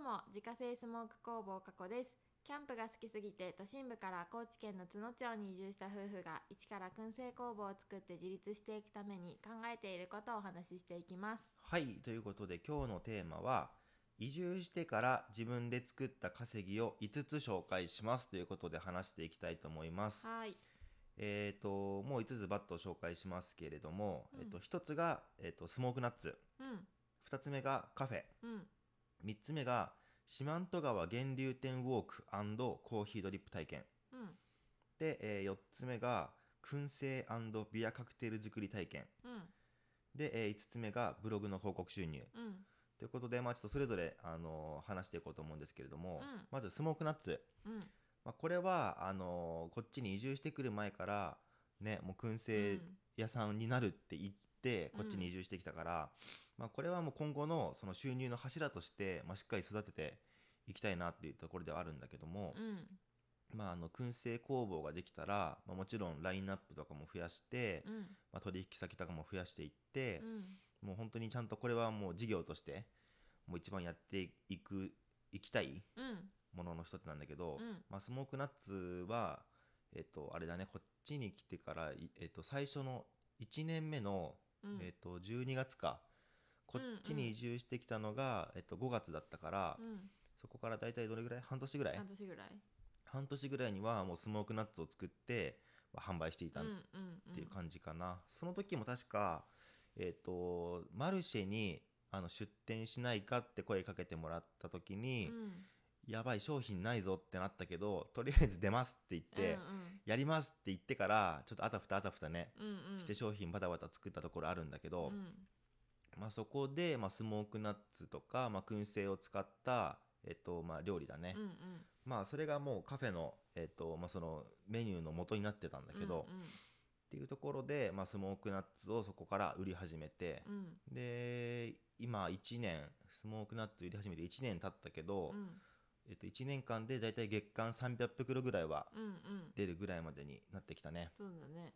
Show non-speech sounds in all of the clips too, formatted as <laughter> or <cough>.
も自家製スモーク工房加古ですキャンプが好きすぎて都心部から高知県の津野町に移住した夫婦が一から燻製工房を作って自立していくために考えていることをお話ししていきますはい、ということで今日のテーマは、移住してから自分で作った稼ぎを5つ紹介しますということで話していきたいと思います。はいえっ、と、もう5つバッと紹介しますけれども、うんえっと、1つが、えっと、スモークナッツ、うん2つ目がカフェ、うん3つ目が四万十川源流店ウォークコーヒードリップ体験。うんで、え4つ目が燻製ビアカクテル作り体験。うんで、え5つ目がブログの広告収入。うんということで、まあ、ちょっとそれぞれ、あのー話していこうと思うんですけれども、うんまずスモークナッツ、うんまあ、これはあのーこっちに移住してくる前から、ね、もう燻製屋さんになるって言って、うんこっちに移住してきたから、まあ、これはもう今後のその収入の柱として、まあ、しっかり育てていきたいなっていうところではあるんだけども、うんまあ、あの燻製工房ができたら、まあ、もちろんラインナップとかも増やして、うんまあ、取引先とかも増やしていって、うんもう本当にちゃんとこれはもう事業としてもう一番やっていくいきたいうんものの一つなんだけど、うんまあ、スモークナッツはえっとあれだねこっちに来てから、いえっと、最初の1年目の、うんえっと、12月かこっちに移住してきたのが、えっと、5月だったから、うんそこから大体どれぐらい半年ぐらい半年ぐらい半年ぐらいにはもうスモークナッツを作って、まあ販売していたうんんうんうんっていう感じかな、その時も確か、えっとマルシェにあの出店しないかって声かけてもらった時に、うんやばい商品ないぞってなったけどとりあえず出ますって言って、うんやりますって言ってからちょっとあたふたあたふたね、うんうんうんして商品バタバタ作ったところあるんだけど、うんまあ、そこで、まあ、スモークナッツとか、まあ、燻製を使った、えっとまあ、料理だね、うんうんまあそれがもうカフェの,、えっとまあ、そのメニューの元になってたんだけど、うんっていうところで、まあ、スモークナッツをそこから売り始めて、うんで今1年スモークナッツ売り始めて1年経ったけど、うんえっと、1年間でだいたい月間300袋ぐらいはうんうん出るぐらいまでになってきたねそうだね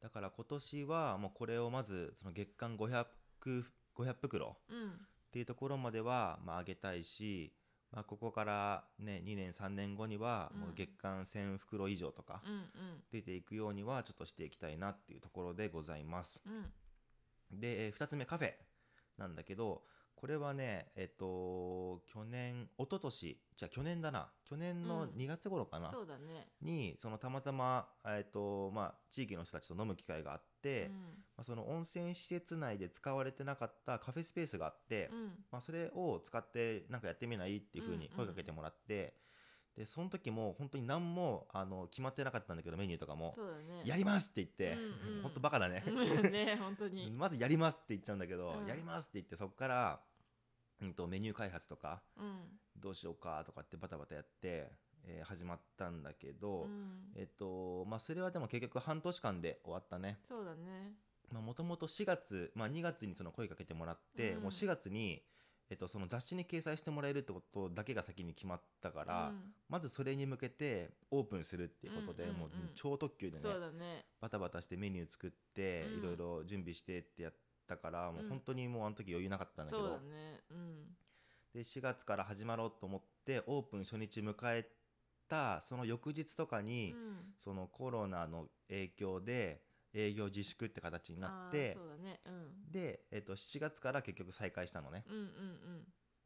だから今年はもうこれをまずその月間500 500袋うんっていうところまではまあ上げたいし、まあ、ここからね2年3年後にはもう月間1000袋以上とかうんうん出ていくようにはちょっとしていきたいなっていうところでございますうんで、え2つ目カフェなんだけどこれはねえっ、と去年一昨年じゃあ去年だな去年のうん2月頃かな、そうだねにそのたまたま、えっとまあ、地域の人たちと飲む機会があって、うまんあ、その温泉施設内で使われてなかったカフェスペースがあって、うんまあ、それを使ってなんかやってみないっていうふうにうん声かけてもらって、でその時も本当に何もあの決まってなかったんだけどメニューとかもそうだね「やります!」って言って、うんうん本当バカだね。うん <laughs> ね本当にまずやりますって言っちゃうんだけど、うんやりますって言ってそこから、うん、とメニュー開発とかうんどうしようかとかってバタバタやって、えー始まったんだけど、うんえっとまあそれはでも結局半年間で終わったねそうだねもともと4月、まあ、2月にその声かけてもらって、うんもう4月に、えっと、その雑誌に掲載してもらえるってことだけが先に決まったから、うんまずそれに向けてオープンするっていうことで、うんうんうんもう超特急でねそうだねバタバタしてメニュー作って、うんいろいろ準備してってやったからもううん本当にもうあの時余裕なかったんだけそうど、だねうんで4月から始まろうと思ってオープン初日迎えたその翌日とかうに、んそのコロナの影響で営業自粛って形になってあーそうだねうんで、えっと7月から結局再開したのねうんうん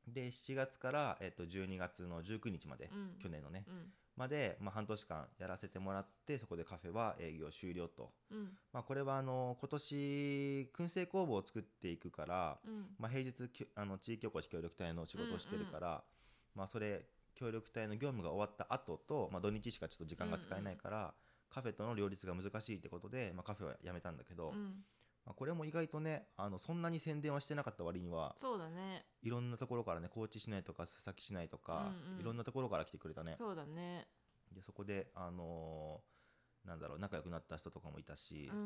で7月から、えっと12月の19日まで、うん去年のね、うんまで、まあ、半年間やらせてもらってそこでカフェは営業終了と。うんまあ、これはあの今年燻製工房を作っていくから、うんまあ、平日きゅあの地域おこし協力隊の仕事をしてるから、まあ、それ協力隊の業務が終わった後と、まあ、土日しかちょっと時間が使えないから、カフェとの両立が難しいってことで、まあ、カフェはやめたんだけど、うんまあ、これも意外とねあのそんなに宣伝はしてなかった割にはそうだねいろんなところからね高知市内とか須崎市内とか、うんうんいろんなところから来てくれたねそうだねでそこで、あのーなんだろう仲良くなった人とかもいたしう、んう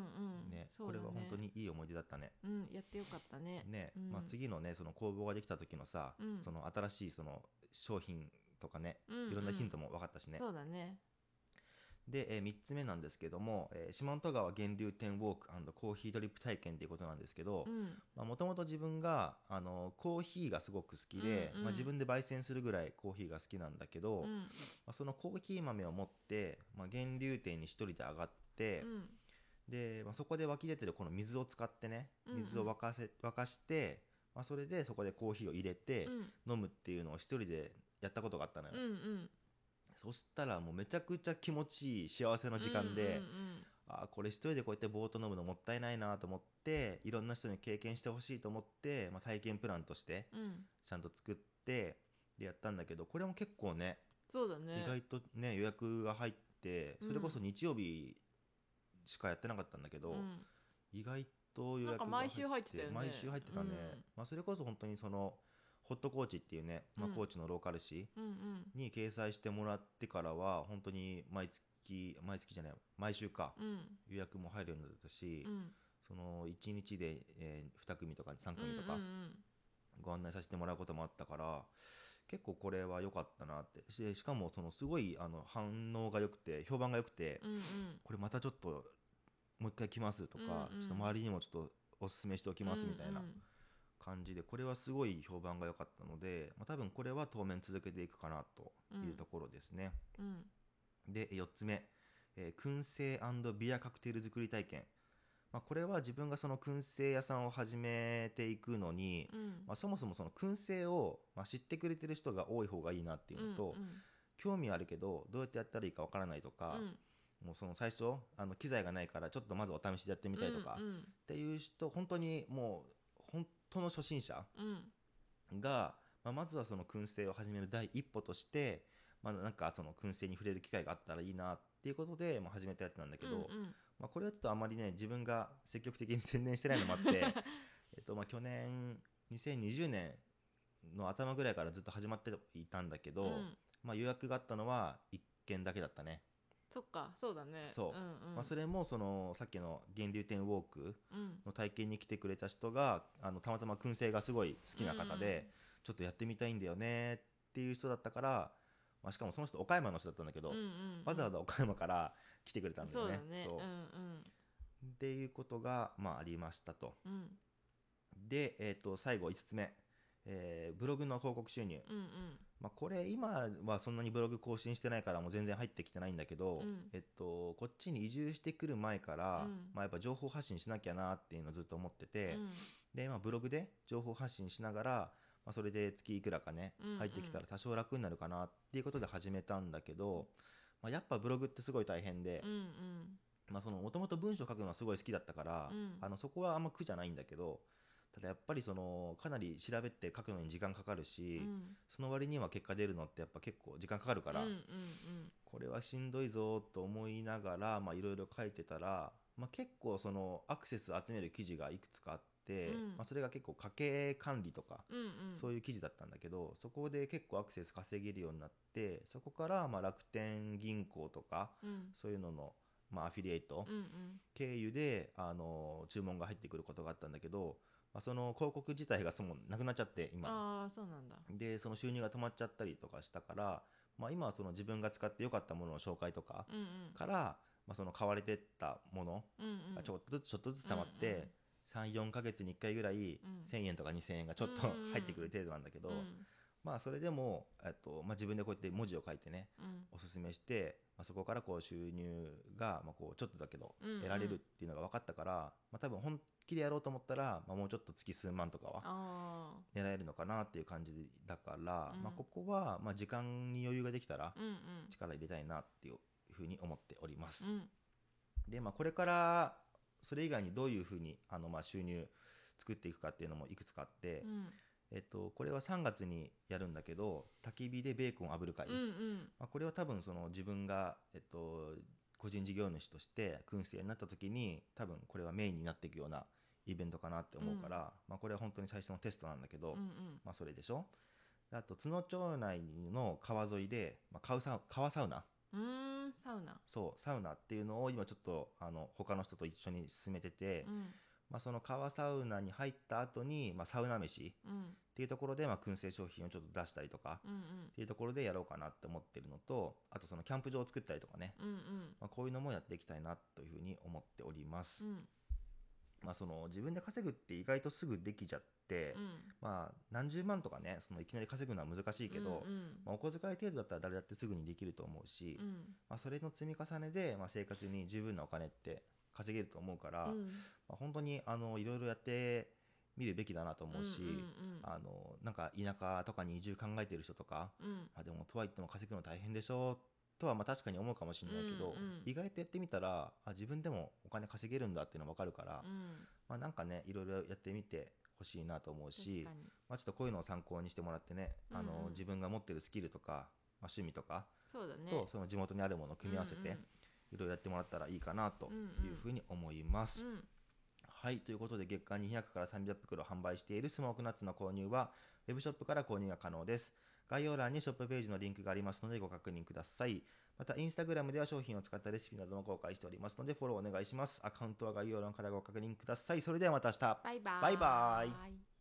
んねそうこだれねは本当にいい思い出だったね。うんやってよかったねね、うんまあ、次のねその工房ができた時のさ、うんその新しいその商品とかねうういろんなヒントも分かったしね、そうだねで、え3つ目なんですけども、えー、四万十川源流店ウォークコーヒードリップ体験っていうことなんですけど、うんもともと自分が、あのコーヒーがすごく好きで、うんうんまあ、自分で焙煎するぐらいコーヒーが好きなんだけど、うまんあ、そのコーヒー豆を持って、まあ、源流店に一人で上がって、うんで、まあ、そこで湧き出てるこの水を使ってねうんうん水を沸かせ、沸かして、まあ、それでそこでコーヒーを入れてうん飲むっていうのを一人でやったことがあったのよ、うんうんそしたらもうめちゃくちゃ気持ちいい幸せの時間で、うんあーこれ一人でこうやってボート飲むのもったいないなと思っていろんな人に経験してほしいと思って、まあ、体験プランとしてうんうんちゃんと作ってでやったんだけどこれも結構ねそうだね意外とね予約が入ってそれこそ日曜日しかやってなかったんだけど、うん意外と予約なんが入ってか毎週入ってたよね毎週入ってたね、うんまあ、それこそ本当にそのホットコーチっていうね、まあうん、コーチのローカル誌うんうんに掲載してもらってからは本当に毎月毎月じゃない毎週か、うん予約も入るようになったし、うんその1日で、え2組とか3うん組とかうんうんご案内させてもらうこともあったから、結構これは良かったなってししかもそのすごいあの反応が良くて評判が良くて、うんうんこれまたちょっともう一回来ますとか、うんうんちょっと周りにもちょっとおすすめしておきますみたいなうんうん感じでこれはすごい評判が良かったので、まあ、多分これは当面続けていくかなというところですね。うんで4つ目、えー燻製ビアカクテル作り体験、まあ、これは自分がその燻製屋さんを始めていくのに、うんまあ、そもそもその燻製を、まあ、知ってくれてる人が多い方がいいなっていうのと、うんうん興味はあるけどどうやってやったらいいかわからないとか、うんもうその最初あの機材がないからちょっとまずお試しでやってみたいとか、うっんていう人本当にもう本当の初心者、うんうんが、まあ、まずはその燻製を始める第一歩として、まあ、なんかその燻製に触れる機会があったらいいなっていうことで、まあ、始めたやつなんだけど、うんうんまあ、これはちょっとあまりね自分が積極的に宣伝してないのもあってえっとまあ去年2020年の頭ぐらいからずっと始まっていたんだけど、うんまあ、予約があったのは1件だけだったね、そっかそうだねそううんうんまあ、それもそのさっきの源流店ウォークうんの体験に来てくれた人があのたまたま燻製がすごい好きな方で、ちょっとやってみたいんだよねっていう人だったから、まあ、しかもその人岡山の人だったんだけど、うんうんうんわざわざ岡山から <laughs> 来てくれたんだそようだね。ねそううんうんっていうことが、まあ、ありましたと。うんで、えー、と最後5つ目、えーブログの広告収入、うんうんまあ、これ今はそんなにブログ更新してないからもう全然入ってきてないんだけど、うんえっと、こっちに移住してくる前から、うんまあ、やっぱ情報発信しなきゃなっていうのをずっと思ってうて、んで、まあ、ブログで情報発信しながら、まあ、それで月いくらかねうんうん入ってきたら多少楽になるかなっていうことで始めたんだけど、まあ、やっぱブログってすごい大変でうんうんまあそのもともと文章書くのはすごい好きだったから、うんあのそこはあんま苦じゃないんだけどただやっぱりそのかなり調べて書くのに時間かかるし、うんその割には結果出るのってやっぱ結構時間かかるから、うんうんこれはしんどいぞと思いながらまあいろいろ書いてたら、まあ、結構そのアクセス集める記事がいくつかあって、うんまあ、それが結構家計管理とか、うんうんうんそういう記事だったんだけどそこで結構アクセス稼げるようになってそこからまあ楽天銀行とかうんそういうのの、まあ、アフィリエイトうんうん経由で、あの注文が入ってくることがあったんだけど、まあ、その広告自体がそもなくなっちゃって今。ああそうなんだでその収入が止まっちゃったりとかしたから、まあ、今はその自分が使って良かったものの紹介とかうんうんから、まあ、その買われてったものうんうがんちょっとずつちょっとずつ溜まって、うんうん34ヶ月に1回ぐらいうん1,000円とか2,000円がちょっとうんうんうん入ってくる程度なんだけど、うんまあそれでも、えっとまあ、自分でこうやって文字を書いてねうんおすすめして、まあ、そこからこう収入が、まあ、こうちょっとだけどうんうん得られるっていうのが分かったから、まあ、多分本気でやろうと思ったら、まあ、もうちょっと月数万とかはあ狙えるのかなっていう感じだから、うんまあ、ここはまあ時間に余裕ができたらあうんうん力入れたいなっていうふうに思っております。うんで、まあ、これからそれ以外にどういうふうにあのまあ収入作っていくかっていうのもいくつかあって、うんえっと、これは3月にやるんだけど焚き火でベーコン炙る会、うんうんまあ、これは多分その自分が、えっと、個人事業主として燻製になった時に多分これはメインになっていくようなイベントかなって思うから、まあ、これは本当に最初のテストなんだけど、うんうんまあ、それでしょであと津野町内の川沿いで、まあ、川サウ川サウナうーんサウナそうサウナっていうのを今ちょっとあの他の人と一緒に進めてて、うんまあ、その川サウナに入った後に、まあ、サウナ飯っうんていうところで、まあ、燻製商品をちょっと出したりとかうんうんっていうところでやろうかなって思ってるのとあとそのキャンプ場を作ったりとかね、うんうんまあ、こういうのもやっていきたいなというふうに思っております、うんまあ、その自分で稼ぐって意外とすぐできちゃって、うんまあ、何十万とかねそのいきなり稼ぐのは難しいけど、うんうんまあ、お小遣い程度だったら誰だってすぐにできると思うし、うんまあ、それの積み重ねで、まあ、生活に十分なお金って稼げると思うかうら、んまあ、本当にあのいろいろやってみるべきだなと思うし、うんうんあのなんか田舎とかに移住考えてる人とか、うんあ、でもとはいっても稼ぐの大変でしょとはまあ確かに思うかもしれないけうど、んうん意外とやってみたらあ自分でもお金稼げるんだっていうの分かるから、うんまあ、なんかねいろいろやってみてほしいなと思う確しか、にまあ、ちょっとこういうのを参考にしてもらってね、あうんうんの自分が持ってるスキルとか、まあ、趣味とかそうだねとその地元にあるものを組み合わせて、いろいろやってもらったらいいかなというふうに思います。うんうんはい、ということで月間200から300袋販売しているスモークナッツの購入は、ウェブショップから購入が可能です。概要欄にショップページのリンクがありますのでご確認ください。また、インスタグラムでは商品を使ったレシピなども公開しておりますので、フォローお願いします。アカウントは概要欄からご確認ください。それではまた明日。バイバーイバイバイ